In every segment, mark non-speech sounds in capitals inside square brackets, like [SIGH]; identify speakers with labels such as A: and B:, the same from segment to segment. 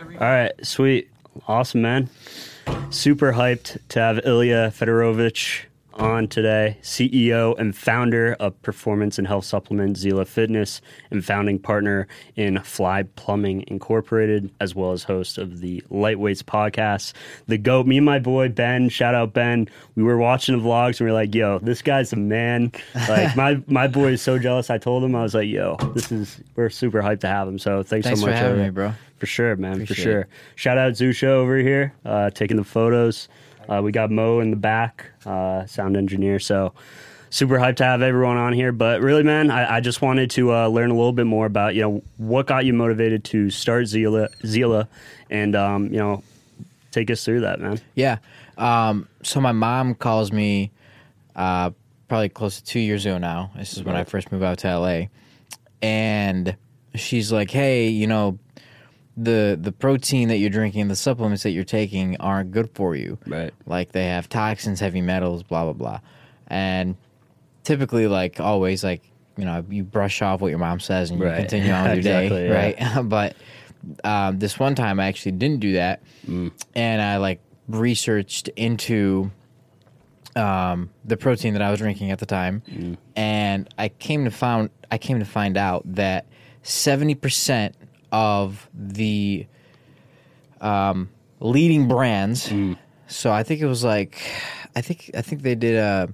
A: All right, sweet. Awesome, man. Super hyped to have Ilya Fedorovich on today, CEO and founder of performance and health supplement Zila Fitness and founding partner in Fly Plumbing Incorporated, as well as host of the Lightweights podcast. The GOAT, me and my boy Ben, shout out Ben. We were watching the vlogs and we were like, yo, this guy's a man.
B: [LAUGHS]
A: Like my my boy is so jealous. I told him, I was like, yo, this is we're super hyped to have him. So thanks,
B: Thanks
A: so
B: for
A: much.
B: having
A: Eric.
B: me, bro.
A: For sure, man. for
B: Appreciate
A: sure.
B: it.
A: Shout out Zusha over here, uh, taking the photos. Uh, we got Mo in the back, uh, sound engineer. So super hyped to have everyone on here. But really, man, I, I just wanted to uh, learn a little bit more about you know what got you motivated to start Zila, Zila, and um, you know take us through that, man.
B: Yeah. Um, so my mom calls me uh, probably close to two years ago now. This is when I first moved out to LA, and she's like, "Hey, you know, the the protein that you're drinking, the supplements that you're taking, aren't good for you.
A: Right.
B: Like they have toxins, heavy metals, blah blah blah." And typically, like always, like you know, you brush off what your mom says and you
A: Right. [LAUGHS]
B: continue on with your
A: Exactly,
B: day,
A: yeah.
B: right? [LAUGHS] but um, this one time I actually didn't do that,
A: Mm.
B: and I like researched into um, the protein that I was drinking at the time,
A: Mm.
B: and I came to found I came to find out that seventy percent of the um, leading brands.
A: Mm.
B: So I think it was like, I think I think they did a.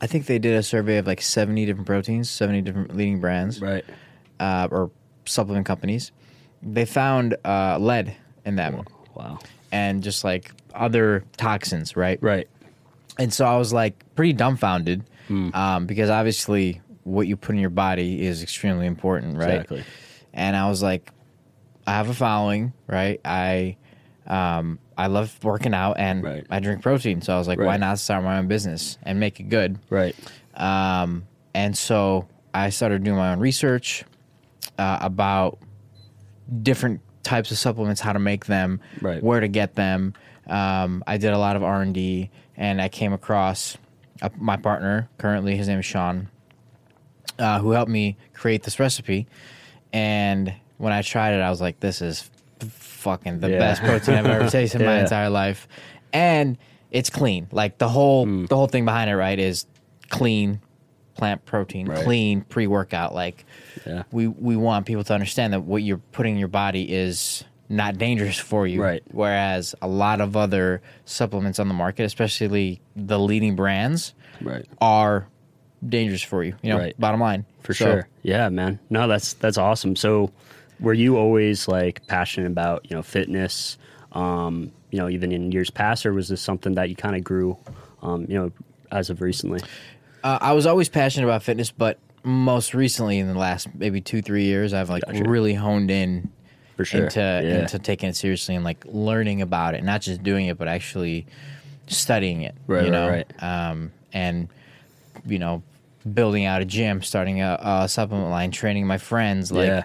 B: I think they did a survey of like 70 different proteins, 70 different leading brands
A: Right.
B: uh, or supplement companies, they found uh, lead in them
A: Wow.
B: and just like other toxins, right?
A: Right.
B: And so I was like pretty dumbfounded
A: Hmm.
B: um, because obviously what you put in your body is extremely important, right?
A: Exactly.
B: And I was like, I have a following, right? I um, I love working out and
A: Right.
B: I drink protein, so I was like, why
A: Right.
B: not start my own business and make it good?
A: Right.
B: Um, and so I started doing my own research uh, about different types of supplements, how to make them,
A: Right.
B: where to get them. Um, I did a lot of R and D, and I came across uh my partner currently. His name is Sean, uh, who helped me create this recipe. And when I tried it, I was like, "This is f- fucking the
A: Yeah.
B: best protein I've ever tasted in my
A: [LAUGHS] Yeah.
B: entire life," and it's clean. Like the whole
A: Hmm.
B: the whole thing behind it, right, is clean plant protein,
A: Right.
B: clean pre workout. Like
A: Yeah.
B: we we want people to understand that what you're putting in your body is not dangerous for you.
A: Right.
B: Whereas a lot of other supplements on the market, especially the leading brands,
A: Right.
B: are dangerous for you. You know,
A: Right.
B: bottom line.
A: For
B: So,
A: sure. Yeah, man. No, that's that's awesome. So were you always like passionate about, you know, fitness, um, you know, even in years past, or was this something that you kind of grew um, you know, as of recently?
B: Uh, I was always passionate about fitness, but most recently in the last maybe two three years, I've like
A: Gotcha.
B: really honed in
A: For sure.
B: into
A: yeah.
B: into taking it seriously and like learning about it, not just doing it, but actually studying it.
A: Right, right,
B: you know?
A: right.
B: Um, and you know, building out a gym, starting a, a supplement line, training my friends, like
A: Yeah.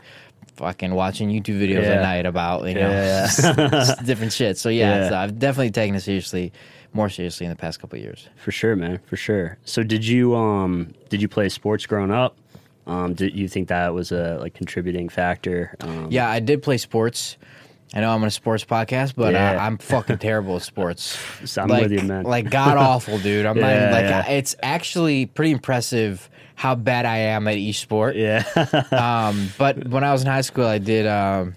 B: fucking watching YouTube videos
A: Yeah.
B: at night about you know [LAUGHS]
A: Yeah.
B: different shit. So yeah,
A: Yeah.
B: So I've definitely taken it seriously, more seriously in the past couple of years.
A: For sure, man. For sure. So did you um did you play sports growing up? Um, did you think that was a like contributing factor? Um,
B: Yeah, I did play sports. I know I'm on a sports podcast, but
A: Yeah.
B: I, I'm fucking terrible at sports.
A: So [LAUGHS] I'm
B: like,
A: with you, man.
B: Like god awful, dude. I'm not
A: Yeah,
B: even, like
A: yeah.
B: I- it's actually pretty impressive how bad I am at each sport.
A: yeah, [LAUGHS]
B: Um, but when I was in high school, I did um,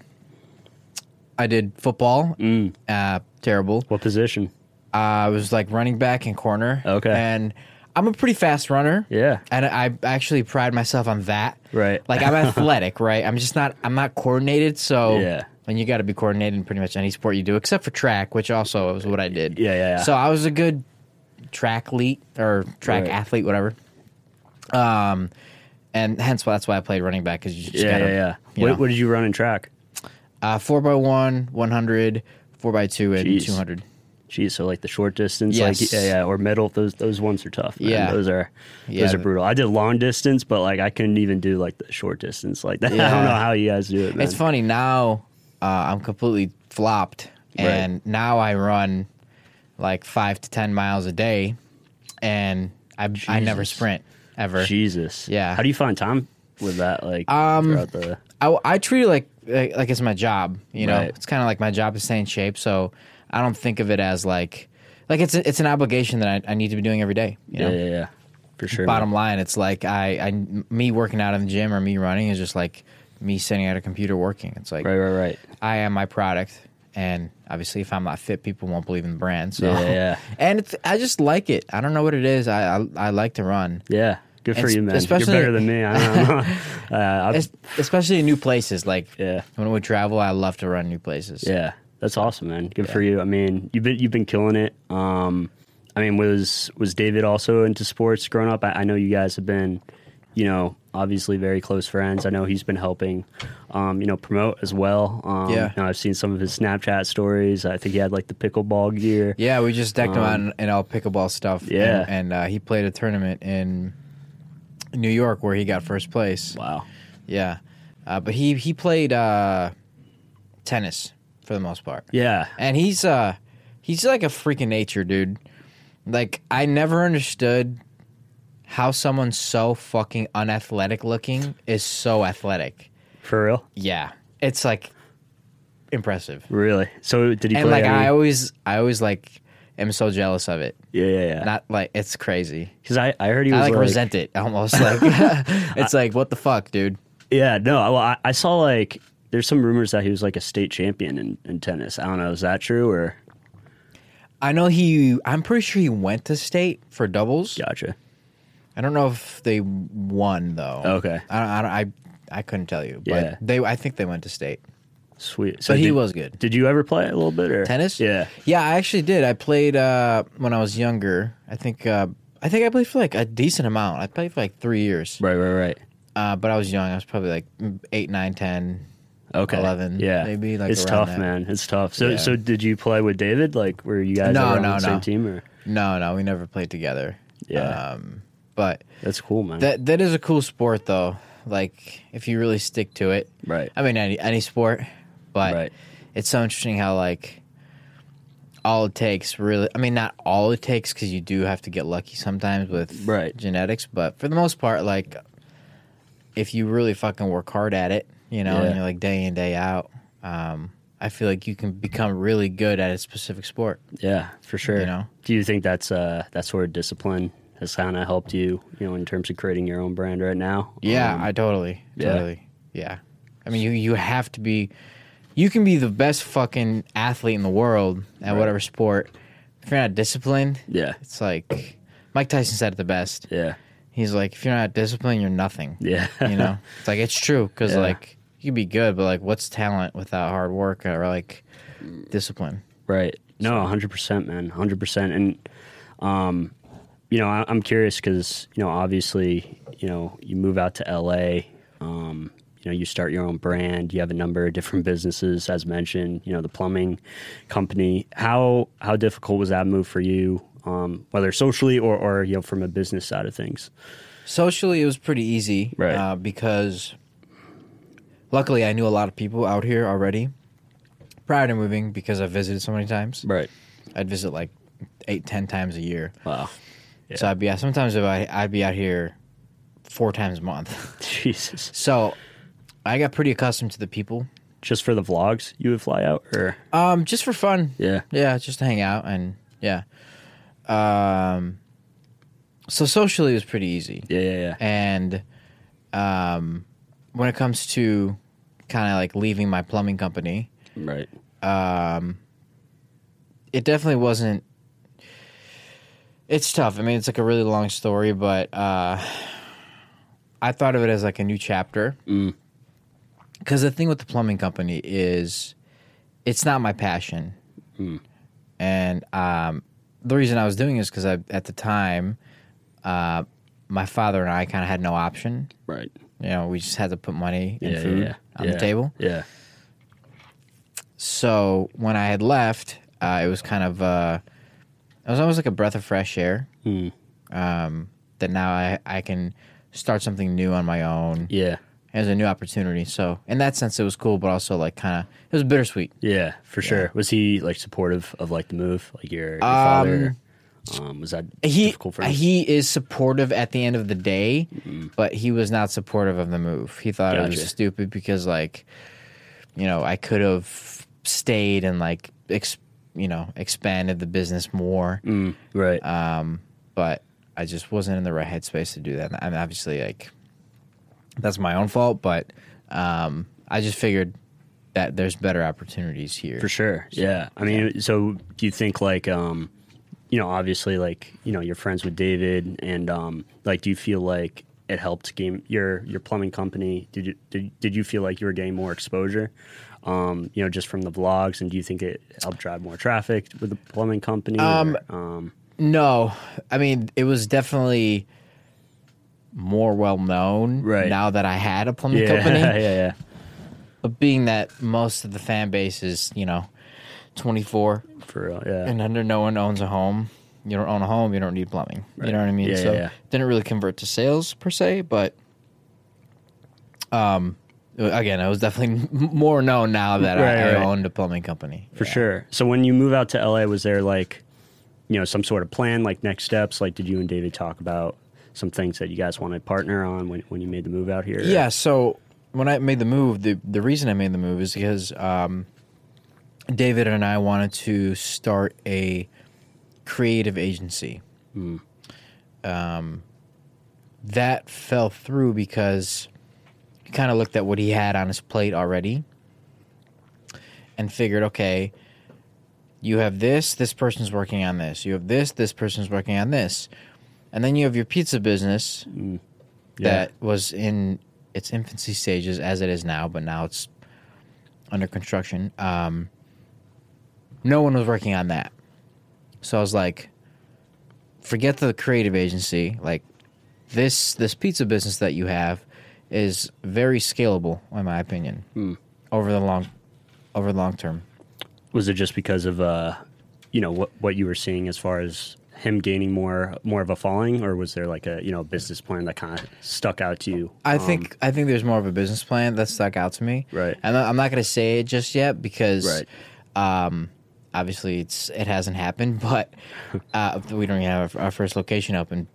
B: I did football.
A: Mm.
B: Uh, terrible. Uh,
A: what position?
B: I was like running back and corner.
A: Okay.
B: And I'm a pretty fast runner.
A: Yeah.
B: And I actually pride myself on that.
A: Right.
B: Like I'm athletic, [LAUGHS] right? I'm just not I'm not coordinated, so
A: Yeah.
B: And you got to be coordinated in pretty much any sport you do, except for track, which also is what I did.
A: Yeah, yeah, yeah.
B: So I was a good track athlete or track
A: Right.
B: athlete, whatever. Um, and hence why that's why I played running back because you just
A: Yeah,
B: gotta,
A: yeah, yeah.
B: you know.
A: What, what did you run in track?
B: Uh, four by one, one hundred, four by two, and
A: Jeez.
B: two hundred.
A: Geez, so like the short distance, like
B: Yes.
A: yeah, yeah, or middle, those those ones are tough. Man.
B: Yeah.
A: those are
B: Yeah,
A: those are
B: the-
A: brutal. I did long distance, but like I couldn't even do like the short distance like [LAUGHS] that. I don't
B: Yeah.
A: know how you guys do it, man.
B: It's funny now. Uh, I'm completely flopped,
A: Right.
B: and now I run like five to ten miles a day, and I I never
A: Jesus.
B: sprint ever.
A: Jesus,
B: Yeah.
A: How do you find time with that? Like
B: Um,
A: throughout the
B: I, I treat it like like, like it's my job. You know,
A: Right.
B: it's kind of like my job to stay in shape. So I don't think of it as like like it's it's an obligation that I, I need to be doing every day. You know?
A: Yeah, yeah, yeah. For sure. man.
B: Bottom line, it's like I, I me working out in the gym or me running is just like me sitting at a computer working. It's like
A: Right, right,
B: [LAUGHS]
A: right.
B: I am my product, and obviously, if I'm not fit, people won't believe in the brand. So,
A: Yeah, yeah, yeah.
B: [LAUGHS] and it's I just like it. I don't know what it is. I I, I like to run,
A: Yeah. Good for
B: It's-
A: you, man.
B: especially-
A: You're better than me. I don't know. [LAUGHS]
B: [LAUGHS]
A: uh, I-
B: Es- especially in new places. Like
A: yeah.
B: when we travel, I love to run new places.
A: Yeah, that's awesome, man. Good for you. I mean, you've been you've been killing it. Um, I mean, was was David also into sports growing up? I, I know you guys have been, you know, obviously very close friends. I know he's been helping, um, you know, promote as well. Um,
B: Yeah.
A: you know, I've seen some of his Snapchat stories. I think he had like the pickleball gear.
B: Yeah, we just decked him out in, in all pickleball stuff.
A: Um, yeah.
B: and, and uh, he played a tournament in New York where he got first place.
A: Wow.
B: Yeah, uh, but he he played uh, tennis for the most part.
A: Yeah.
B: and he's uh he's like a freak of nature dude like i never understood how someone so fucking unathletic looking is so athletic
A: For real.
B: yeah it's like impressive
A: Really. So did he
B: and
A: play?
B: like
A: any-
B: i always i always like am so jealous of it
A: yeah, yeah, yeah.
B: not like it's crazy
A: Because I, I heard he
B: i
A: was
B: like,
A: like
B: resent it almost like [LAUGHS] it's like what the fuck dude
A: Yeah, no. Well, I, I saw like there's some rumors that he was like a state champion in, in tennis. I don't know, is that true or
B: i know he i'm pretty sure he went to state for doubles
A: gotcha?
B: I don't know if they won though.
A: Okay.
B: I don't, I, don't, I I couldn't tell you, but
A: Yeah.
B: they I think they went to state.
A: Sweet. So
B: But he
A: did-
B: was good.
A: Did you ever play a little bit or
B: Tennis?
A: Yeah,
B: Yeah, I actually did. I played uh, when I was younger. I think uh, I think I played for like a decent amount. I played for like 3 years.
A: right, right, right.
B: Uh, but I was young. I was probably like mm, 8, 9, 10.
A: Okay,
B: 11,
A: Yeah,
B: maybe, like,
A: it's
B: around
A: tough,
B: that.
A: man. It's tough. So,
B: Yeah.
A: so did you play with David? Like, were you guys
B: No,
A: ever on
B: no,
A: the same
B: no.
A: team? Or
B: No, no, we never played together.
A: Yeah.
B: Um, but
A: that's cool, man.
B: that that is a cool sport though. Like if you really stick to it.
A: right.
B: I mean, any any sport, but
A: Right.
B: it's so interesting how like all it takes really. I mean, not all it takes because you do have to get lucky sometimes with
A: Right.
B: genetics, but for the most part, like if you really fucking work hard at it, you know,
A: Yeah.
B: and you're like day in day out, um, I feel like you can become really good at a specific sport.
A: Yeah, for sure.
B: You know?
A: Do you think that's uh that sort of discipline has kind of helped you, you know, in terms of creating your own brand right now?
B: Yeah,
A: Um,
B: I totally,
A: yeah.
B: totally, yeah. I mean, you you have to be, you can be the best fucking athlete in the world at whatever sport. If you're not disciplined,
A: yeah,
B: it's like Mike Tyson said it the best.
A: yeah, [LAUGHS]
B: He's like, if you're not disciplined, you're nothing.
A: yeah.
B: You
A: [LAUGHS]
B: know, it's like it's true because
A: Yeah.
B: like you can be good, but like, what's talent without hard work or like discipline?
A: Right. No, hundred percent, man, hundred percent. And um, you know, I, I'm curious because you know, obviously, you know, you move out to LA. Um, you know, you start your own brand. You have a number of different [LAUGHS] businesses, as mentioned. You know, the plumbing company. How how difficult was that move for you? Um, whether socially or, or you know from a business side of things.
B: Socially, it was pretty easy,
A: Right.
B: Uh, because luckily, I knew a lot of people out here already prior to moving because I visited so many times.
A: Right.
B: I'd visit like eight, ten times a year.
A: Wow. Yeah.
B: So I'd be sometimes if I I'd be out here four times a month.
A: [LAUGHS]
B: [LAUGHS]
A: Jesus.
B: so I got pretty accustomed to the people,
A: Just for the vlogs, you would fly out, or
B: um, just for fun.
A: yeah,
B: Yeah, just to hang out and yeah. Um, so socially it was pretty easy,
A: yeah, yeah, yeah.
B: and um, when it comes to kind of like leaving my plumbing company,
A: Right.
B: um, it definitely wasn't. It's tough. I mean, it's like a really long story, but uh, I thought of it as like a new chapter.
A: Mm.
B: Because the thing with the plumbing company is, it's not my passion,
A: Mm.
B: and um, the reason I was doing it is because I at the time, uh, my father and I kind of had no option.
A: Right.
B: You know, we just had to put money and
A: Yeah, yeah,
B: food
A: yeah.
B: on
A: Yeah.
B: the table.
A: Yeah.
B: So when I had left, uh, it was kind of uh, it was almost like a breath of fresh air.
A: Mm.
B: Um, that now I I can start something new on my own.
A: Yeah.
B: It was a new opportunity. So in that sense, it was cool, but also like kind of it was bittersweet.
A: Yeah, for sure. Was he like supportive of like the move? Like your, your father? Um, was that
B: He
A: difficult for him?
B: he is supportive at the end of the day, but he was not supportive of the move. He thought it
A: Gotcha.
B: was stupid because like you know, I could have stayed and like, ex- you know, expanded the business more.
A: Mm. Right.
B: Um, but I just wasn't in the right headspace to do that. And obviously, like, that's my own fault, but um, I just figured that there's better opportunities here.
A: For sure. yeah. I mean, so do you think like um you know, obviously like, you know, you're friends with David and um like do you feel like it helped game your your plumbing company? Did you did, did you feel like you were getting more exposure? Um, you know, just from the vlogs and do you think it helped drive more traffic with the plumbing company? or,
B: Um,
A: um
B: No, I mean it was definitely more well known
A: Right.
B: now that I had a
A: [LAUGHS]
B: plumbing
A: yeah, [LAUGHS] yeah,
B: company.
A: yeah.
B: But being that most of the fan base is you know twenty four
A: For real. Yeah.
B: and under, no one owns a home. You don't own a home, you don't need plumbing. You know what I mean?
A: Yeah,
B: so
A: yeah, yeah.
B: didn't really convert to sales per se, but um, again, I was definitely [LAUGHS] m- more known now that I-
A: Right,
B: I,
A: right.
B: owned a plumbing company
A: for sure. So when you move out to LA, was there like, you know, some sort of plan, like next steps? Like, did you and David talk about some things that you guys want to partner on when, when you made the move out here?
B: Yeah. So when I made the move, the the reason I made the move is because um, David and I wanted to start a creative agency. Um, that fell through because he kind of looked at what he had on his plate already and figured, okay, you have this, this person's working on this. You have this, this person's working on this. And then you have your pizza business,
A: Yeah.
B: that was in its infancy stages as it is now, but now it's under construction. Um, no one was working on that. So I was like, forget the creative agency. Like this this pizza business that you have is very scalable, in my opinion. Over the long over the long term.
A: Was it just because of, uh, you know, what, what you were seeing as far as him gaining more, more of a following or was there like a, you know, business plan that kind of stuck out to you?
B: I
A: Um,
B: think I think there's more of a business plan that stuck out to me.
A: Right.
B: And I- I'm not gonna say it just yet because, um, obviously it's it hasn't happened, [LAUGHS] but uh, we don't even have our, our first location open.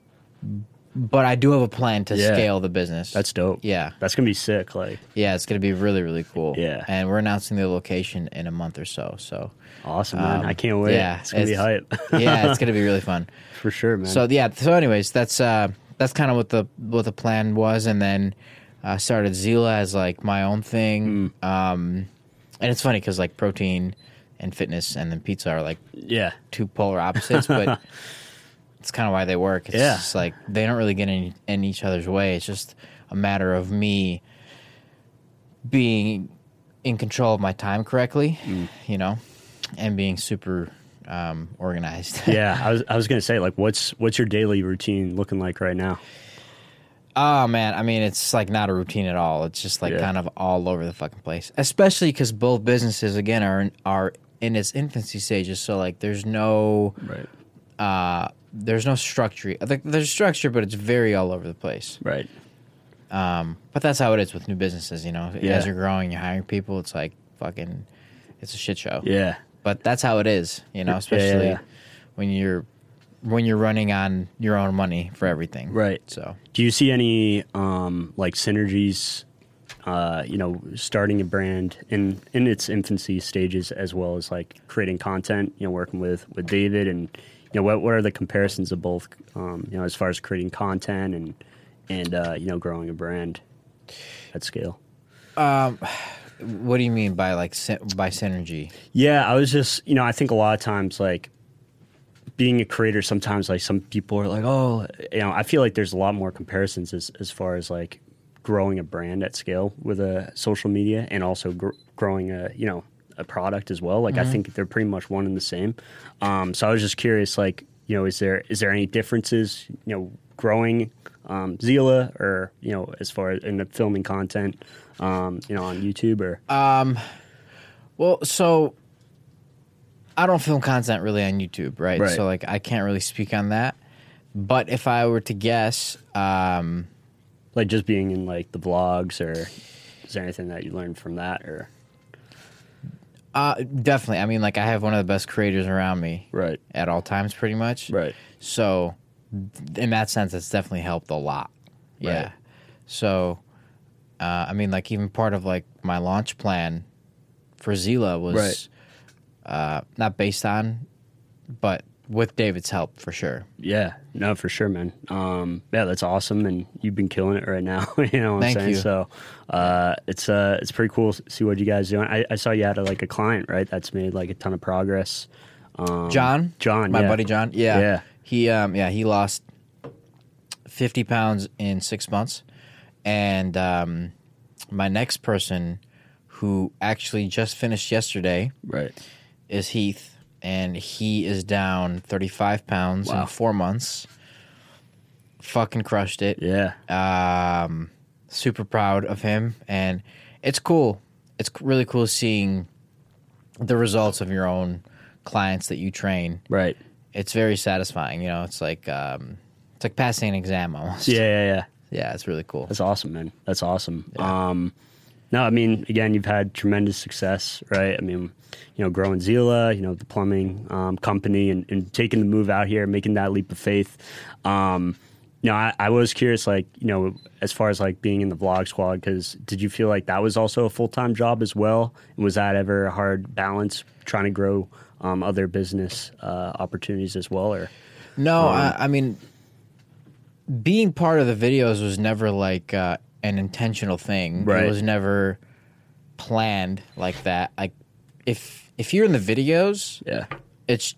B: But I do have a plan to
A: Yeah.
B: scale the business.
A: Oh, that's dope.
B: yeah,
A: That's going to be sick. Like,
B: yeah. It's gonna be really really cool.
A: Yeah.
B: And we're announcing the location in a month or so. So
A: awesome, man.
B: Um,
A: I can't wait.
B: yeah,
A: it's going to be
B: it's-
A: hype. [LAUGHS]
B: yeah, it's gonna be really fun.
A: for sure, man.
B: So yeah. So anyways, that's uh that's kind of what the what the plan was, and then uh, started Zila as like my own thing. Um, and it's funny because like protein and fitness and then pizza are like
A: yeah.
B: two polar opposites, but it's kind of why they work. It's
A: Yeah.
B: just like they don't really get in, in each other's way. It's just a matter of me being in control of my time correctly, you know, and being super um, organized. [LAUGHS]
A: Yeah. I was, I was going to say like, what's, what's your daily routine looking like right now?
B: Oh man, I mean it's like not a routine at all. It's just like
A: Yeah.
B: kind of all over the fucking place. Especially cuz both businesses again are in, are in its infancy stages, so like there's no
A: Right.
B: uh there's no structure. Like there's structure but it's very all over the place.
A: Right.
B: Um but that's how it is with new businesses, you know.
A: Yeah.
B: As you're growing, you're hiring people, it's like fucking it's a shit show.
A: Yeah.
B: But that's how it is, you know,
A: yeah,
B: especially
A: yeah.
B: when you're when you're running on your own money for everything.
A: Right.
B: So
A: Do you see any um, like synergies? Uh, you know, starting a brand in in its infancy stages, as well as like creating content. You know, working with with David, and you know, what what are the comparisons of both? Um, you know, as far as creating content and and uh, you know, growing a brand at scale.
B: What do you mean by like sy- by synergy?
A: Yeah, I was just, you know, I think a lot of times, like, being a creator, sometimes, like, some people are like, oh, you know, I feel like there's a lot more comparisons as, as far as, like, growing a brand at scale with a social media and also gr- growing a, you know, a product as well. Like, I think they're pretty much one and the same. Um, so I was just curious, like, you know, is there is there any differences, you know, growing um, Zila or, you know, as far as in the filming content, um, you know, on YouTube or,
B: Well, so I don't film content really on YouTube, right?
A: Right.
B: So like I can't really speak on that. But if I were to guess, um,
A: like just being in like the vlogs or is there anything that you learned from that or
B: uh, definitely. I mean, like I have one of the best creators around me
A: right
B: at all times, pretty much. So, th- in that sense, it's definitely helped a lot. Yeah.
A: Right.
B: So, uh, I mean, like even part of like my launch plan for Zila was
A: Right.
B: uh, not based on, but with David's help for sure.
A: Yeah, no, for sure, man. Um, yeah, that's awesome, and you've been killing it right now. [LAUGHS] you know what
B: Thank
A: I'm saying?
B: you.
A: So uh, it's uh, it's pretty cool to see what you guys doing. I, I saw you had a, like a client right that's made like a ton of progress. Um,
B: John,
A: John,
B: my
A: yeah.
B: buddy John, yeah,
A: Yeah.
B: he, um, yeah, he lost fifty pounds in six months, and um, my next person, who actually just finished yesterday,
A: right?
B: is Heath, and he is down 35 pounds
A: Wow.
B: in four months. Fucking crushed it.
A: Yeah,
B: Um, super proud of him, and it's cool. It's c- really cool seeing the results of your own clients that you train.
A: right.
B: It's very satisfying. You know, it's like um, it's like passing an exam almost.
A: Yeah, yeah, yeah.
B: yeah, it's really cool.
A: That's awesome, man. That's awesome. Um, no, I mean, again, you've had tremendous success, right? I mean, you know, growing Zila, you know, the plumbing um, company, and, and taking the move out here, making that leap of faith. Um, you know, I, I was curious, like, you know, as far as like being in the vlog squad, because did you feel like that was also a full time job as well? And was that ever a hard balance trying to grow um, other business uh, opportunities as well? Or
B: No, I, I mean, being part of the videos was never like uh, an intentional thing.
A: Right.
B: It was never planned like that. Like, if if you're in the videos,
A: yeah,
B: it's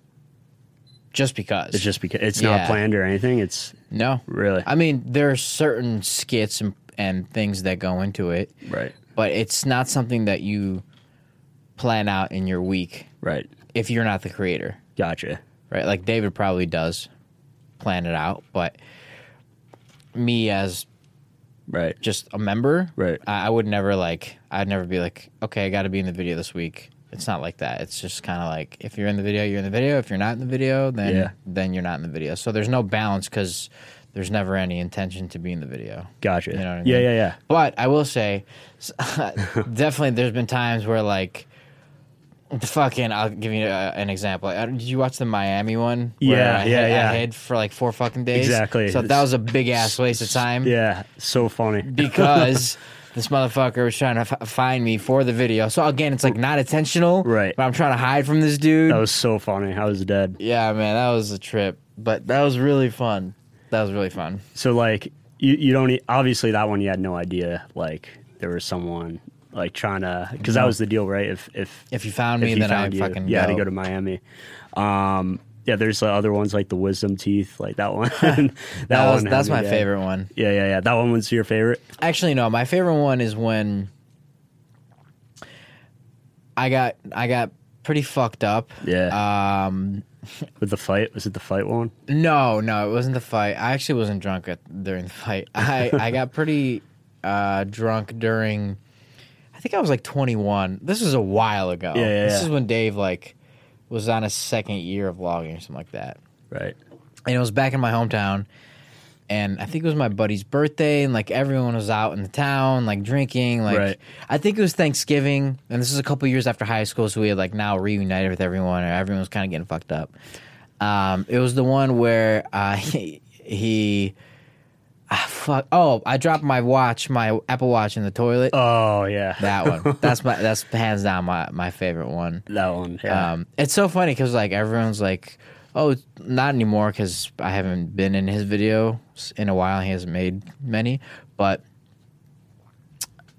B: just because.
A: it's just because it's not
B: Yeah.
A: planned or anything. It's
B: no,
A: really
B: I mean, there are certain skits and and things that go into it,
A: right,
B: but it's not something that you plan out in your week
A: right.
B: if you're not the creator.
A: Gotcha.
B: right? Like David probably does plan it out, but me as
A: Right.
B: just a member,
A: Right.
B: I, I would never like. I'd never be like, okay, I got to be in the video this week. It's not like that. It's just kind of like if you're in the video, you're in the video. If you're not in the video, then
A: Yeah.
B: then you're not in the video. So there's no balance because there's never any intention to be in the video.
A: Gotcha.
B: You know what I
A: yeah,
B: mean?
A: yeah, yeah.
B: But I will say, s- [LAUGHS] definitely, there's been times where like. the Fucking! I'll give you uh, an example. Uh, Did you watch the Miami one?
A: Yeah, yeah,
B: I hid,
A: yeah.
B: I hid for like four fucking days.
A: Exactly.
B: So that was a big ass waste of time
A: Yeah. [LAUGHS] So funny.
B: because this motherfucker was trying to f- find me for the video. So again, it's like not intentional,
A: Right.
B: But I'm trying to hide from this dude.
A: That was so funny. I was dead.
B: yeah, man, that was a trip, but that was really fun. That was really fun.
A: So like you, you don't e- obviously that one you had no idea like there was someone like trying to because that was the deal, right? If if
B: If you found me,
A: he
B: then I
A: found you,
B: fucking
A: you had to
B: go.
A: go to Miami. Um yeah, there's uh, other ones like the wisdom teeth, like that one. [LAUGHS] that
B: That was
A: one had
B: that's
A: me
B: my
A: dead.
B: favorite one.
A: Yeah, yeah, yeah. That one was your favorite.
B: Actually, no, my favorite one is when I got I got pretty fucked up.
A: Yeah,
B: Um,
A: with the fight. Was it the fight one?
B: No, no, it wasn't the fight. I actually wasn't drunk at, during the fight. [LAUGHS] I, I got pretty uh, drunk during. I think I was like 21. This was a while ago.
A: Yeah, yeah,
B: this
A: yeah.
B: is when Dave like was on his second year of vlogging or something like that.
A: Right.
B: And it was back in my hometown, and I think it was my buddy's birthday, and like everyone was out in the town, like drinking. Like
A: Right.
B: I think it was Thanksgiving, and this is a couple years after high school, so we had like now reunited with everyone, or everyone was kind of getting fucked up. Um, it was the one where uh, [LAUGHS] he, he ah, fuck. Oh, I dropped my watch, my Apple Watch, in the toilet.
A: Oh yeah,
B: That one. That's my. That's hands down my my favorite one.
A: [LAUGHS] that one. Yeah.
B: Um, it's so funny because like everyone's like, "Oh, it's not anymore," because I haven't been in his video s- in a while. He hasn't made many, but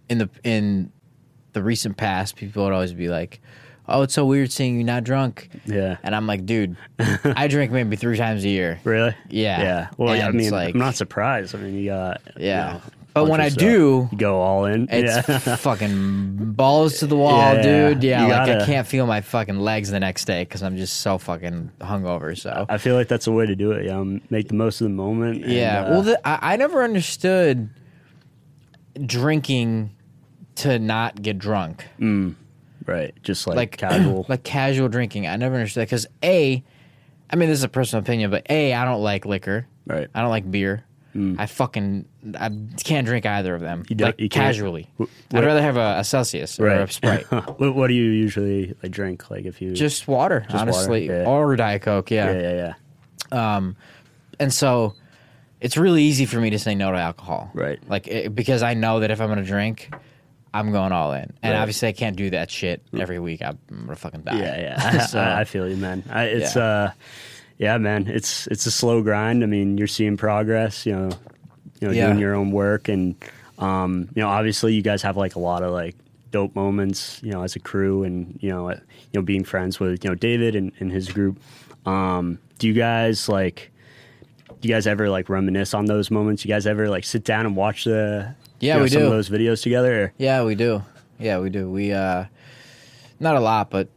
B: in the in the recent past, people would always be like, "Oh, it's so weird seeing you not drunk,"
A: yeah.
B: and I'm
A: [LAUGHS]
B: like, "Dude, I drink maybe three times a year."
A: Really?
B: Yeah.
A: Yeah. Well,
B: And
A: I
B: it's
A: mean,
B: like-
A: I'm not surprised. I mean, you got
B: Yeah.
A: you know,
B: But
A: bunch
B: when
A: of
B: I
A: stuff.
B: do-
A: You go all in.
B: It's
A: yeah. [LAUGHS]
B: fucking balls to the wall,
A: Yeah,
B: dude. Yeah,
A: you
B: like
A: gotta-
B: I can't feel my fucking legs the next day because I'm just so fucking hungover. So
A: I feel like that's a way to do it. Yeah, um, make the most of the moment. and,
B: Yeah.
A: uh,
B: well, the, I, I never understood drinking to not get drunk,
A: right. Just like,
B: like
A: Mm,
B: [CLEARS THROAT]
A: casual.
B: like casual drinking. I never understood because a, I mean, this is a personal opinion, but a, I don't like liquor.
A: Right.
B: I don't like beer. I fucking I can't drink either of them.
A: don't-
B: like
A: you can't-
B: casually,
A: Wh-
B: I'd rather have a, a Celsius or a Sprite.
A: [LAUGHS] what, what do you usually like drink? Like if you
B: Just water,
A: water,
B: honestly,
A: yeah.
B: or Diet Coke.
A: yeah yeah yeah
B: and so it's really easy for me to say no to alcohol eh,
A: Right.
B: like it, because i know that if i'm gonna drink I'm going all in. And
A: Right. obviously
B: obviously, I can't do that shit every week. I'm gonna fucking die.
A: Yeah,
B: [LAUGHS]
A: yeah. I- I, I feel you, man. I, it's
B: uh,
A: uh,
B: Yeah.
A: yeah, man. It's it's a slow grind. I mean, you're seeing progress. You know, you know,
B: Yeah.
A: doing your own work, and um, you know, obviously, you guys have like a lot of like dope moments. You know, as a crew, and you know, uh, you know, being friends with you know David and, and his group. Um, do you guys like? Do you guys ever like reminisce on those moments? You guys ever like sit down and watch the
B: Yeah,
A: you know,
B: we
A: some of
B: do.
A: those videos together? Or,
B: Yeah, we do. Yeah, we do. We uh, not a lot, but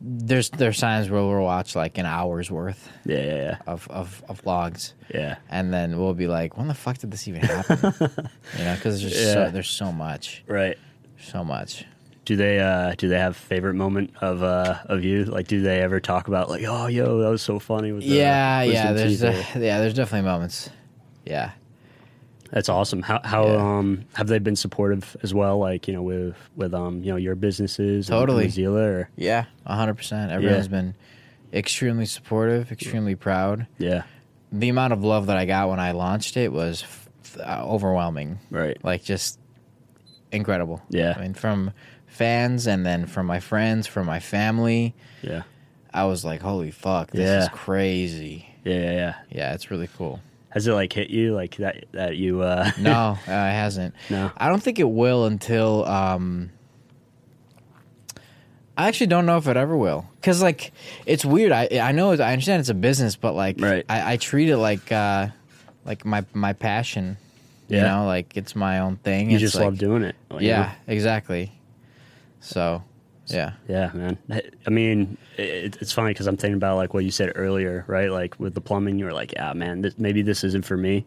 B: there's there's times where we'll watch like an hour's worth
A: yeah, yeah, yeah,
B: of of, of vlogs,
A: yeah.
B: and then we'll be like, when the fuck did this even happen?
A: [LAUGHS]
B: you know, because there's just
A: Yeah.
B: so, there's so much,
A: Right.
B: so much.
A: Do they uh, do they have favorite moment of uh, of you? Like, do they ever talk about like, oh, yo, that was so funny? With the
B: yeah,
A: wisdom
B: yeah. There's
A: teeth or-
B: de- [LAUGHS] yeah, there's definitely moments. Yeah.
A: that's awesome. How how
B: Yeah.
A: um have they been supportive as well? Like you know with with um you know your businesses and-
B: Totally.
A: and Zila or
B: Yeah, hundred percent. Everyone's been extremely supportive, extremely proud.
A: yeah
B: The amount of love that I got when I launched it was f- uh, overwhelming.
A: right
B: Like just incredible.
A: Yeah.
B: I mean, from fans and then from my friends, from my family,
A: yeah
B: I was like, "Holy fuck, this
A: Yeah.
B: is crazy."
A: yeah yeah yeah.
B: Yeah, it's really
A: [LAUGHS]
B: cool.
A: Has it like hit you like that that you uh
B: No, uh, it hasn't.
A: [LAUGHS] No.
B: I don't think it will until. Um, I actually don't know if it ever will, because like it's weird. I I know I understand it's a business, but like
A: Right.
B: I, I treat it like uh, like my my passion. You
A: Yeah.
B: know, like it's my own thing.
A: you
B: It's
A: just
B: like-
A: love doing it? Like, you
B: Yeah, exactly. So, yeah,
A: Yeah, man. I mean, it, it's funny because I'm thinking about like what you said earlier, right? Like with the plumbing, you were like, "Yeah, man, this, maybe this isn't for me,"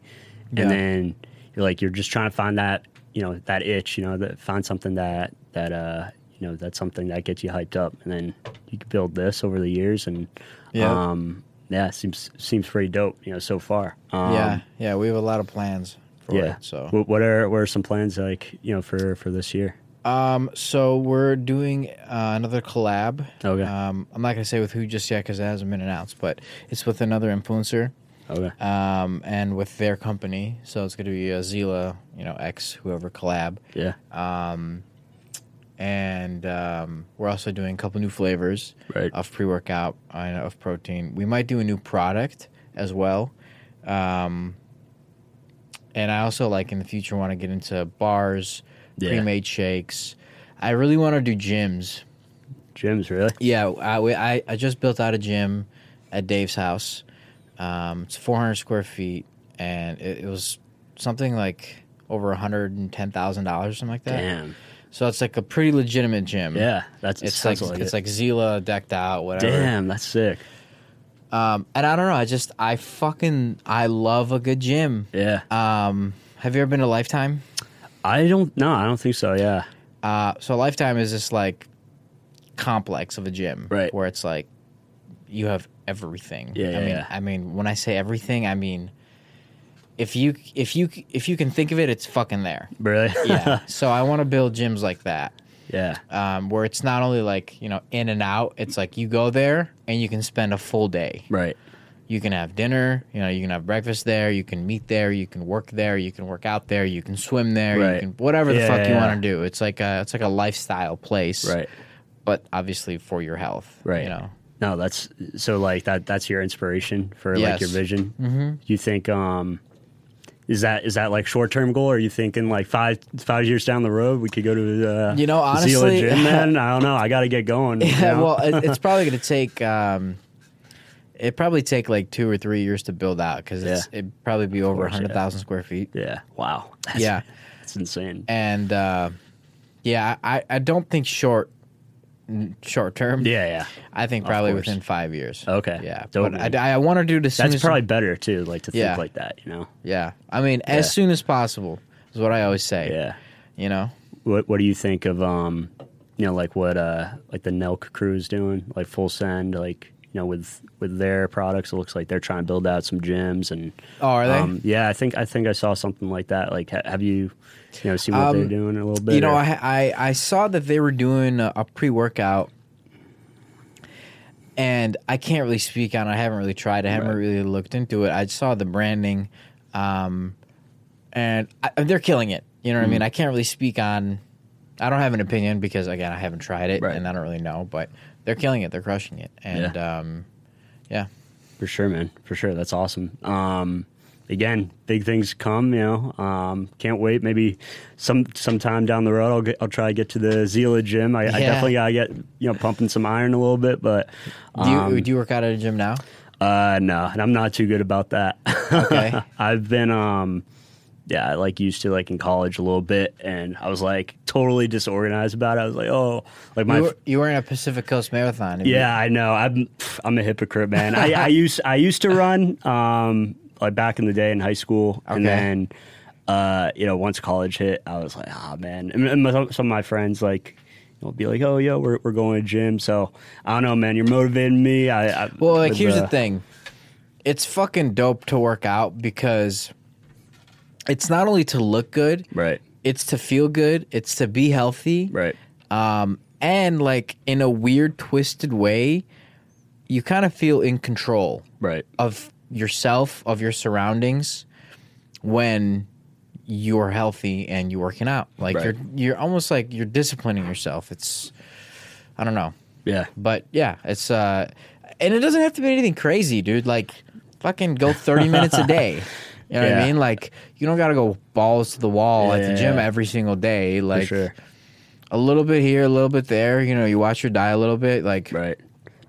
B: Yeah.
A: and then you're like, you're just trying to find that, you know, that itch, you know, that find something that that uh, you know, that's something that gets you hyped up, and then you can build this over the years, and
B: Yeah.
A: um, yeah, it seems seems pretty dope, you know, so far. Um,
B: yeah, yeah. We have a lot of plans for
A: yeah.
B: it. So,
A: Wh- what are what are some plans like, you know, for for this year?
B: Um, so we're doing uh, another collab.
A: Okay.
B: Um, I'm not gonna say with who just yet because it hasn't been announced, but it's with another influencer,
A: Okay.
B: um, and with their company. So it's gonna be a Zila, you know, X whoever collab,
A: Yeah.
B: and um, we're also doing a couple new flavors
A: Right.
B: of pre workout and of protein. We might do a new product as well. Um, and I also like in the future want to get into bars,
A: Yeah.
B: pre made shakes. I really want to do gyms.
A: Gyms, really?
B: Yeah, I, we, I, I just built out a gym at Dave's house. Um, it's 400 square feet, and it, it was something like over $110,000, something like that.
A: Damn.
B: So it's like a pretty legitimate gym.
A: Yeah, that's
B: It's like,
A: sounds like
B: it's
A: it.
B: like Zila decked out, whatever.
A: Damn, that's sick.
B: Um, and I don't know. I just I fucking I love a good gym.
A: Yeah,
B: Um, have you ever been to Lifetime?
A: I don't. No, I don't think so. Yeah,
B: Uh, so Lifetime is this like complex of a gym,
A: Right.
B: Where it's like you have everything.
A: Yeah,
B: I
A: yeah,
B: mean,
A: yeah.
B: I mean, when I say everything, I mean if you if you if you can think of it, it's
A: [LAUGHS]
B: fucking there.
A: really.
B: [LAUGHS] Yeah. so I want to build gyms like that.
A: yeah,
B: Um, where it's not only like you know in and out, it's like you go there and you can spend a full day.
A: right.
B: you can have dinner you know you can have breakfast there you can meet there you can work there you can work out there you can swim there
A: Right.
B: you can whatever the
A: Yeah,
B: fuck you
A: yeah,
B: want to do it's like a it's like a lifestyle place
A: Right.
B: but obviously for your health
A: Right.
B: you know
A: No, that's so like that. That's your inspiration for like your
B: Yes.
A: vision. Mm-hmm. You think um, is that is that like short term goal? Or are you thinking like five five years down the road we could go to uh,
B: You know,
A: Zealand
B: honestly-
A: gym,
B: [LAUGHS]
A: man? I don't know. I got to get going. you
B: yeah
A: know?
B: [LAUGHS] well it, it's probably going to take um it probably take like two or three years to build out because it's
A: Yeah.
B: it'd probably be over a
A: course, yeah.
B: 100000 square feet
A: yeah. Wow. That's,
B: Yeah.
A: that's insane.
B: and uh yeah i i don't think short short term
A: Yeah, yeah.
B: i think probably
A: course.
B: within five years
A: Okay.
B: yeah
A: Dope,
B: but
A: man.
B: i, I want to do it as soon
A: That's
B: as-
A: probably better too. Like to
B: Yeah.
A: think like that. You know.
B: Yeah. I mean, as
A: Yeah.
B: soon as possible is what I always say.
A: Yeah.
B: You know?
A: what what do you think of um you know like what uh like the Nelk crew is doing like full send like you know with with their products it looks like they're trying to build out some gyms and
B: Oh, are they?
A: um, yeah I think I think I saw something like that like ha- have you you know seen what they're
B: Um,
A: doing a little bit
B: you know,
A: or-
B: I, I I saw that they were doing a, a pre workout, and I can't really speak on. it. I haven't really tried. I haven't
A: Right.
B: really looked into it. I saw the branding, um, and I, they're killing it. You know what I
A: Mm.
B: mean? I can't really speak on. I don't have an opinion because again, I haven't tried it
C: Right.
B: and I don't really know. But they're killing it. They're crushing it. And
C: Yeah.
B: yeah. um, yeah,
A: For sure, man. For sure. That's awesome. Um, again, big things come, you know. Um, can't wait. Maybe some sometime down the road I'll get, I'll try to get to the Zila gym. I, I
B: Yeah.
A: definitely gotta get you know pumping some iron a little bit, but
B: do you,
A: um,
B: do you work out at a gym now?
A: uh no, and I'm not too good about that.
B: Okay.
A: [LAUGHS] I've been um yeah, I, like used to like in college a little bit and I was like totally disorganized about it. I was like, oh like my
B: you, were, you were in a Pacific Coast Marathon. and you-
A: yeah, I know. I'm pff, I'm a hypocrite, man. I,
B: [LAUGHS]
A: I used I used to run um like back in the day in high school, and
B: Okay.
A: then uh you know once college hit, I was like, ah man. And, and my, some of my friends like you know, be like, oh yo, we're we're going to gym. So I don't know, man. You're motivating me. I, I
B: Well, like
A: with,
B: here's
A: uh,
B: the thing. It's fucking dope to work out because it's not only to look good,
C: Right.
B: it's to feel good, it's to be healthy.
C: Right.
B: Um and like in a weird twisted way, you kind of feel in control
C: Right.
B: of yourself, of your surroundings when you're healthy and you're working out. Like
C: Right.
B: you're you're almost like you're disciplining yourself. It's I don't know.
C: Yeah.
B: But yeah, it's uh and it doesn't have to be anything crazy, dude. Like fucking go 30 minutes a day. You know what
A: Yeah.
B: I mean? Like you don't got to go balls to the wall at the
A: Yeah.
B: gym every single day like
A: sure.
B: a little bit here, a little bit there, you know, you watch your diet a little bit like
C: Right.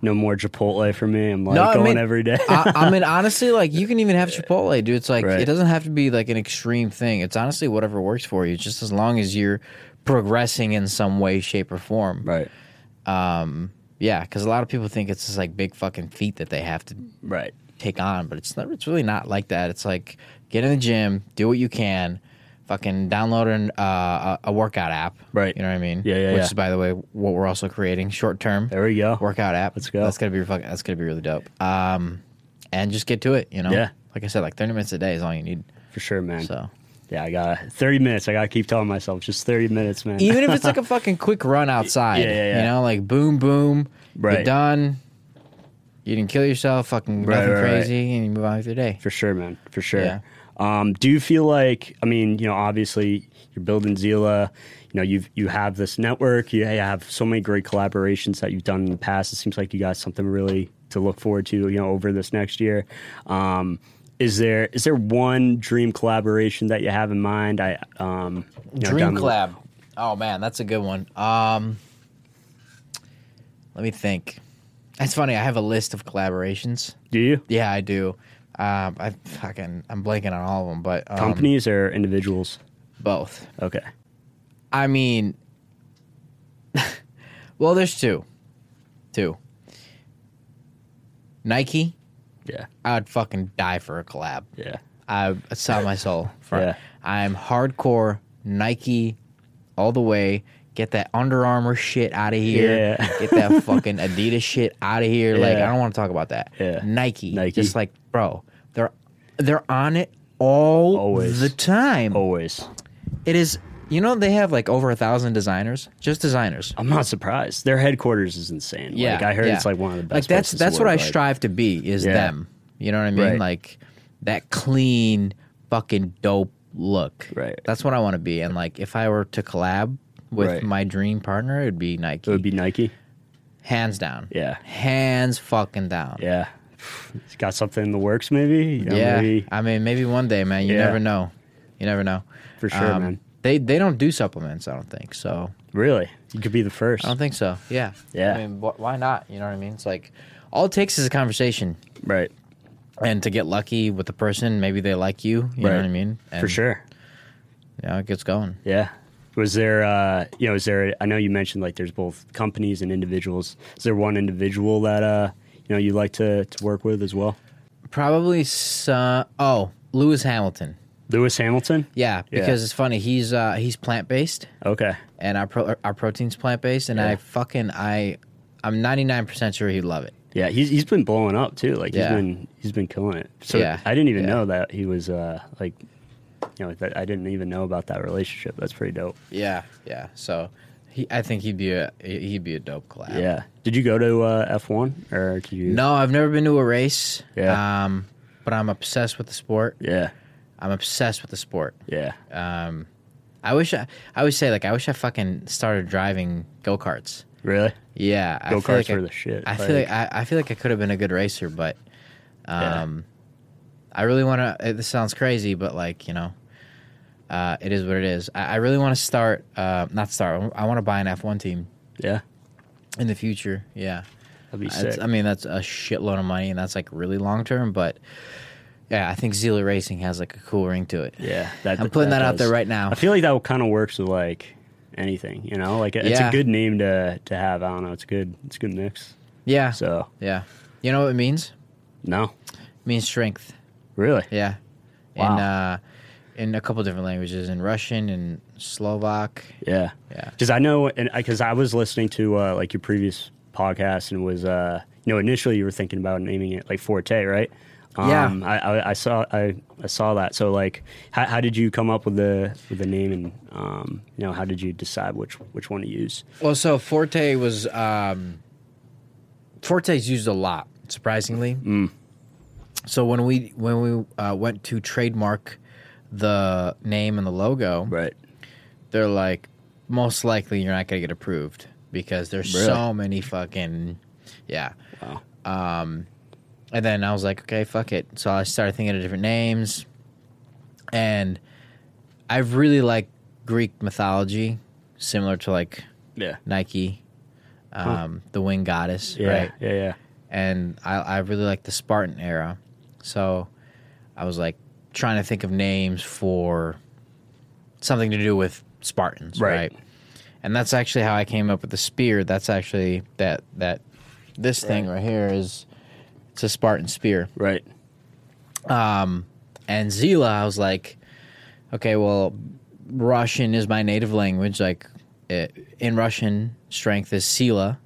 A: No more Chipotle for me. I'm like
B: No, I
A: going
B: mean- uh,
A: every day.
B: [LAUGHS] I, I mean, honestly, like you can even have Chipotle, dude. It's like
C: Right.
B: it doesn't have to be like an extreme thing. It's honestly whatever works for you, just as long as you're progressing in some way, shape, or form.
C: Right.
B: Um, yeah, because a lot of people think it's this like big fucking feat that they have to
C: Right.
B: take on, but it's not. It's really not like that. It's like get in the gym, do what you can, fucking download an, uh, a a workout app.
C: Right.
B: You know what I mean?
A: Yeah, yeah,
B: Which
A: yeah.
B: is, by the way, what we're also creating short term
A: there we go.
B: workout app. Let's
A: go.
B: That's gonna be fucking. That's gonna be really dope. Um, and just get to it. You know.
A: Yeah.
B: Like I said, like thirty minutes a day is all you need.
A: For sure, man. [LAUGHS]
B: So
A: Yeah, I got 30 minutes. I gotta keep telling myself just 30 minutes, man.
B: even if it's like a fucking quick run outside,
A: Yeah, yeah, yeah.
B: you know, like boom, boom, you're
A: Right.
B: done. You didn't kill yourself, fucking
C: Right,
B: nothing
C: right, right.
B: crazy, and you move on with your day.
A: For sure, man. For sure.
B: Yeah.
A: Um, do you feel like I mean, you know, obviously you're building Zila, you know, you've you have this network, you have so many great collaborations that you've done in the past. It seems like you got something really to look forward to, you know, over this next year. Um, is there is there one dream collaboration that you have in mind? I um you know, down
B: Dream
A: the-
B: collab. Oh man, that's a good one. Um, let me think. It's funny. I have a list of collaborations.
A: Do you?
B: Yeah, I do. Um, I fucking I'm blanking on all of them, but um,
A: Companies or individuals?
B: both.
A: Okay.
B: I mean, [LAUGHS] well, there's two. Two. Nike,
C: Yeah.
B: I would fucking die for a collab.
C: Yeah.
B: I I sell my soul for
A: Yeah.
B: I'm hardcore Nike all the way. Get that Under Armour shit out of here.
A: Yeah. [LAUGHS]
B: Get that fucking Adidas shit out of here. Like
A: Yeah.
B: I don't want to talk about that.
A: Yeah.
B: Nike.
A: Nike.
B: Just like, bro, they're they're on it all
A: Always.
B: the time.
A: Always.
B: It is you know they have like over a thousand designers, just designers.
A: I'm not surprised. Their headquarters is insane.
B: Yeah,
A: Like I heard
B: yeah.
A: it's like one of the best.
B: Like that's
A: places to
B: that's what
A: work,
B: I
A: like-
B: strive to be is
A: Yeah.
B: them. You know what I mean?
A: Right.
B: Like that clean fucking dope look.
C: Right.
B: That's what I want to be. And like if I were to collab with
C: Right.
B: my dream partner, it would be Nike.
A: It would be Nike.
B: Hands down.
A: Yeah.
B: Hands fucking down.
A: Yeah. [SIGHS] It's got something in the works, maybe. You know,
B: Yeah.
A: maybe-
B: I mean, maybe one day, man. You
A: Yeah.
B: never know. You never know. Um,
A: For sure, man.
B: They they don't do supplements, I don't think. So
A: Really? You could be the first.
B: I don't think so. Yeah.
A: Yeah.
B: I mean, wh- why not? You know what I mean? It's like all it takes is a conversation.
C: Right.
B: and to get lucky with the person, maybe they like you. You know
C: Right.
B: what I mean? And,
A: For sure.
B: You know, it gets going.
A: Yeah. Was there, uh, you know, is there, I know you mentioned like there's both companies and individuals. Is there one individual that, uh, you know, you like to, to work with as well?
B: Probably some. Oh, Lewis Hamilton.
A: Lewis Hamilton?
B: Yeah,
A: Yeah.
B: because it's funny. He's uh, he's plant based,
A: Okay.
B: and our pro- our protein's plant based, and I fucking I, I'm 99 percent sure he'd love it.
A: Yeah. He's, he's been blowing up too. Like
B: Yeah.
A: he's been, he's been killing it. So
B: Yeah.
A: I didn't even
B: Yeah.
A: know that he was, uh, like, you know, that I didn't even know about that relationship. That's pretty dope.
B: Yeah, yeah. So, he I think he'd be a he'd be a dope collab.
A: Yeah. Did you go to uh, F1 or did you?
B: No, I've never been to a race.
A: Yeah.
B: Um, but I'm obsessed with the sport.
C: Yeah.
B: I'm obsessed with the sport.
A: Yeah.
B: Um, I wish I, I always say like I wish I fucking started driving go karts.
A: Really?
B: Yeah, I feel
A: Go-karts
B: I-
A: were the shit,
B: I feel
A: like-
B: like I, I feel like I could have been a good racer, but
A: Yeah.
B: um, I really want to. This sounds crazy, but like you know, uh, it is what it is. I, I really want to start, uh, not start. I want to buy an F one team
A: Yeah.
B: in the future. Yeah,
A: That'd be
B: That's-
A: sick.
B: I mean that's a shitload of money, and that's like really long term. But yeah, I think Zila Racing has like a cool ring to it.
A: yeah. That,
B: I'm putting that out
A: does.
B: there right now.
A: I feel like that kind of works with like anything, you know? Like it's a
B: Yeah.
A: good name to to have. I don't know. It's good. It's a good mix.
B: Yeah,
A: So,
B: yeah. You know what it means?
A: no.
B: It means strength.
A: Really?
B: Yeah.
A: Wow.
B: In uh in a couple different languages, in Russian and Slovak.
A: Yeah.
B: Yeah.
A: Because I know, and because I was listening to uh, like your previous podcast and was, uh, you know, initially you were thinking about naming it like Forte, right? Um,
B: Yeah.
A: I, I, I saw I, I saw that. So like, how, how did you come up with the with the name, and um, you know, how did you decide which which one to use?
B: Well, so Forte was um Forte's used a lot, surprisingly. So when we when we uh, went to trademark the name and the logo,
A: Right.
B: they're like most likely you're not going to get approved because there's
A: Really?
B: so many fucking yeah. Um,
A: Wow.
B: And then I was like, okay, fuck it. So I started thinking of different names. And I really like Greek mythology, similar to like
A: Yeah.
B: Nike, um, the winged goddess,
A: Yeah.
B: right?
A: Yeah. Yeah.
B: And I, I really like the Spartan era. So I was like trying to think of names for something to do with Spartans,
A: Right.
B: right? And that's actually how I came up with the spear. That's actually that that this thing right here is it's a Spartan spear. Um,
A: Right.
B: and Zila, I was like, okay, well, Russian is my native language. Like, it, in Russian, strength is Sila.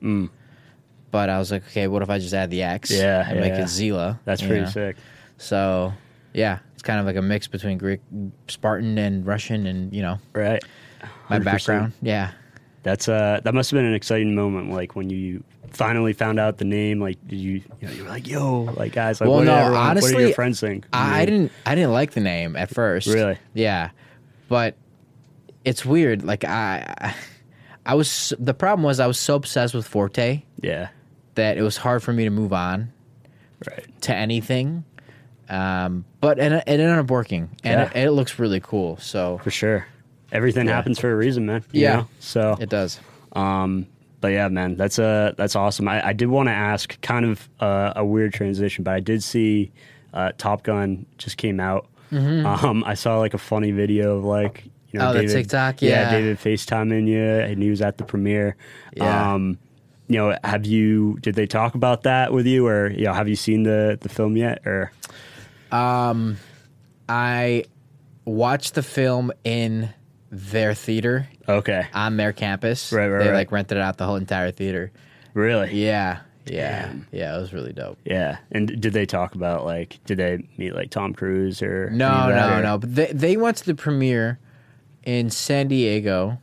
B: But I was like, okay, what if I just add the X?
A: Mm. Yeah,
B: and make
A: yeah.
B: it Zila.
A: That's
B: you
A: pretty
B: know?
A: sick.
B: So, yeah, it's kind of like a mix between Greek, Spartan, and Russian, and you know,
A: Right.
B: my
A: 100%.
B: background. Yeah,
A: That's uh that must have been an exciting moment, like when you finally found out the name. Like, did you you, know, you were like, "Yo, like guys, like
B: Well,
A: what, did
B: no,
A: everyone, what did your
B: honestly,
A: friends think?"
B: I, I
A: You know?
B: didn't. I didn't like the name at first.
A: Really?
B: Yeah, but it's weird. Like I, I was the problem was I was so obsessed with Forte.
A: Yeah,
B: that it was hard for me to move on
A: right.
B: to anything. Um, but it, it ended up working, and
A: Yeah.
B: it, it looks really cool. So
A: For sure. Everything happens for a reason, man. you
B: Yeah.
A: know? So,
B: it does.
A: but yeah, man, that's uh that's awesome. I, I did want to ask, kind of uh, a weird transition, but I did see uh, Top Gun just came out. Um, I saw like a funny video of like you know
B: Mm-hmm. Oh, the
A: David,
B: TikTok? Yeah.
A: David FaceTiming you, and he was at the premiere.
B: Yeah.
A: Um, you know, have you? Did they talk about that with you, or you know, have you seen the the film yet? Or
B: I watched the film in their theater
A: okay,
B: on their campus.
A: Right, right,
B: They
A: right.
B: like rented out the whole entire theater.
A: really?
B: Yeah, yeah, yeah. It was really dope.
A: Yeah. And did they talk about like did they meet like Tom Cruise or any
B: No,
A: of that,
B: no,
A: or-
B: no. But they they went to the premiere in San Diego,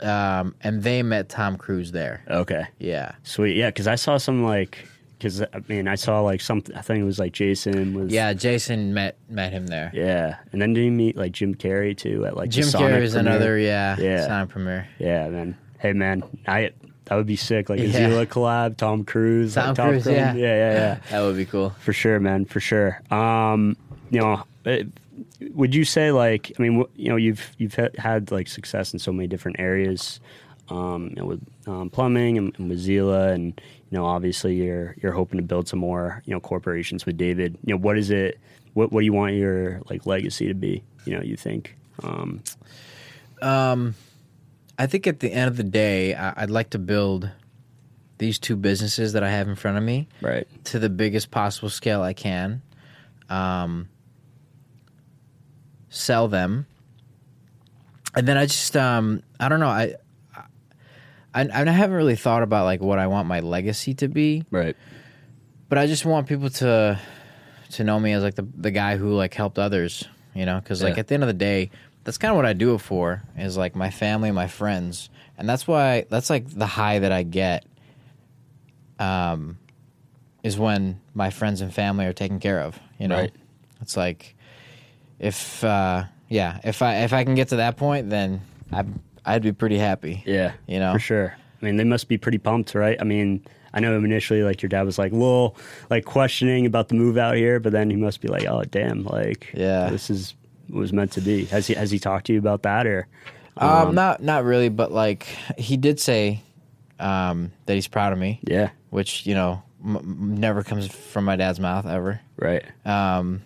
B: um, and they met Tom Cruise there.
A: Okay.
B: Yeah.
A: Sweet. Yeah, cuz I saw some like cuz I mean, I saw like something I think it was like Jason was
B: Yeah, Jason met met him there.
A: Yeah. And then did he meet like Jim Carrey too at like the
B: Jim
A: Sonic
B: Carrey is
A: premiere?
B: another, yeah,
A: Yeah.
B: Sonic premiere.
A: Yeah, man. Hey man, I that would be sick like a
B: Yeah.
A: Zila collab, Tom Cruise,
B: Tom
A: like, Top
B: Cruise,
A: Yeah,
B: yeah.
A: yeah, yeah.
B: That would be cool.
A: For sure, man. For sure. Um, you know, it, would you say like I mean, wh- you know, you've you've ha- had like success in so many different areas, um, you know, with um, plumbing and, and with Zila, and you know, obviously you're you're hoping to build some more you know corporations with David. You know, what is it? What what do you want your like legacy to be? You know, you think? Um,
B: I think at the end of the day, I- I'd like to build these two businesses that I have in front of me
A: right.
B: to the biggest possible scale I can. Um, sell them, and then I just um, I don't know I. I, I haven't really thought about like what I want my legacy to be.
A: Right.
B: but I just want people to to know me as like the the guy who like helped others, you know, because like
A: Yeah.
B: at the end of the day, that's kind of what I do it for is like my family, my friends, and that's why that's like the high that I get. Um, is when my friends and family are taken care of, you know.
A: Right.
B: It's like if uh, yeah, if I if I can get to that point, then I I'd be pretty happy.
A: Yeah,
B: You know?
A: for sure. I mean, they must be pretty pumped, right? I mean, I know initially, like your dad was like, "Well, like questioning about the move out here," but then he must be like, "Oh, damn! Like,
B: Yeah.
A: this is was meant to be." Has he has he talked to you about that or?
B: Um, not not really, but like he did say um, that he's proud of me,
A: Yeah,
B: which you know m- m- never comes from my dad's mouth ever.
A: right.
B: Um,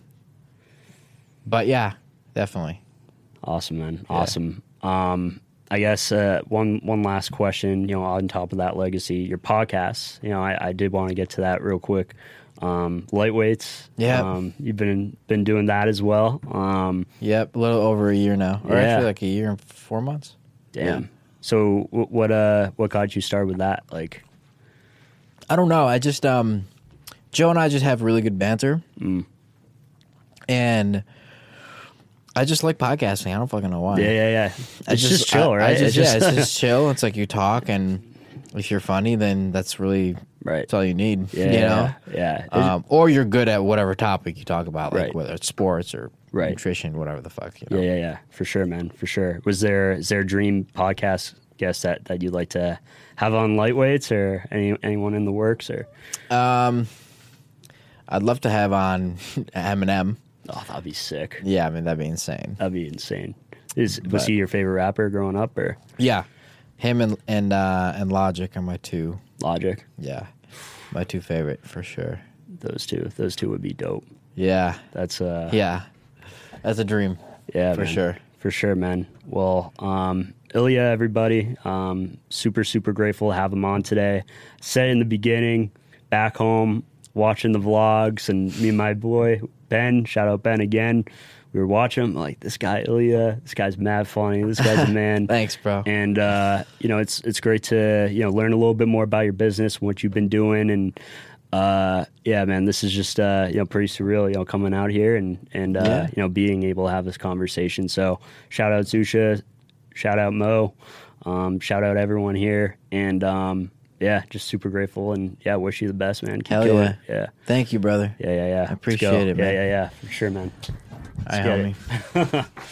B: but yeah, definitely.
A: Awesome, man. Awesome. Um, I guess uh, one one last question. You know, on top of that legacy, your podcast. You know, I, I did want to get to that real quick. Um, lightweights.
B: Yeah.
A: um, you've been been doing that as well. Um,
B: Yep, a little over a year now, or
A: Yeah.
B: actually like a year and four months.
A: Damn.
B: Yeah.
A: So wh- what uh what got you started with that? Like
B: I don't know. I just um, Joe and I just have really good banter,
A: Mm.
B: and I just like podcasting. I don't fucking know why.
A: yeah yeah yeah.
B: I
A: It's just, chill,
B: I- I
A: right?
B: just-
A: [LAUGHS]
B: yeah, it's just chill. It's like you talk, and if you're funny, then that's really
A: Right.
B: That's all you need.
A: yeah,
B: you know.
A: yeah. It-
B: Um, or you're good at whatever topic you talk about, like
A: Right.
B: whether it's sports or
A: Right.
B: nutrition, whatever the fuck. You know?
A: yeah yeah yeah for sure, man, for sure. Was there is there a dream podcast guest that that you'd like to have on lightweights or any anyone in the works or?
B: Um, I'd love to have on [LAUGHS] Eminem.
A: Oh, that'd be sick.
B: Yeah, I mean that'd be insane.
A: That'd be insane. Is was
B: But-
A: he your favorite rapper growing up or
B: Yeah, him and and uh, and Logic are my two.
A: Logic?
B: Yeah, my two favorite for sure.
A: Those two, those two would be dope.
B: Yeah,
A: That's uh
B: yeah, that's a dream.
A: Yeah,
B: for
A: man.
B: sure.
A: For sure, man. Well, um, Ilya, everybody, um, super, super grateful to have him on today. Said in the beginning, back home, watching the vlogs, and me and my boy, Ben, shout out Ben again. We were watching him, like, this guy, Ilya, this guy's mad funny. This guy's
B: [LAUGHS]
A: a man.
B: Thanks, bro.
A: And uh, you know, it's it's great to you know learn a little bit more about your business and what you've been doing. And uh, yeah, man, this is just uh, you know pretty surreal. You know, coming out here and and uh,
B: Yeah.
A: you know being able to have this conversation. So shout out Zusha, shout out Mo, um, shout out everyone here. And um, yeah, just super grateful. And yeah, wish you the best, man. Keep
B: Hell
A: killing
B: yeah.
A: it. Yeah.
B: Thank you, brother.
A: Yeah, yeah, yeah. Let's go.
B: appreciate it, man.
A: Yeah, yeah, yeah. For sure, man.
B: I
A: get
B: homie.
A: it.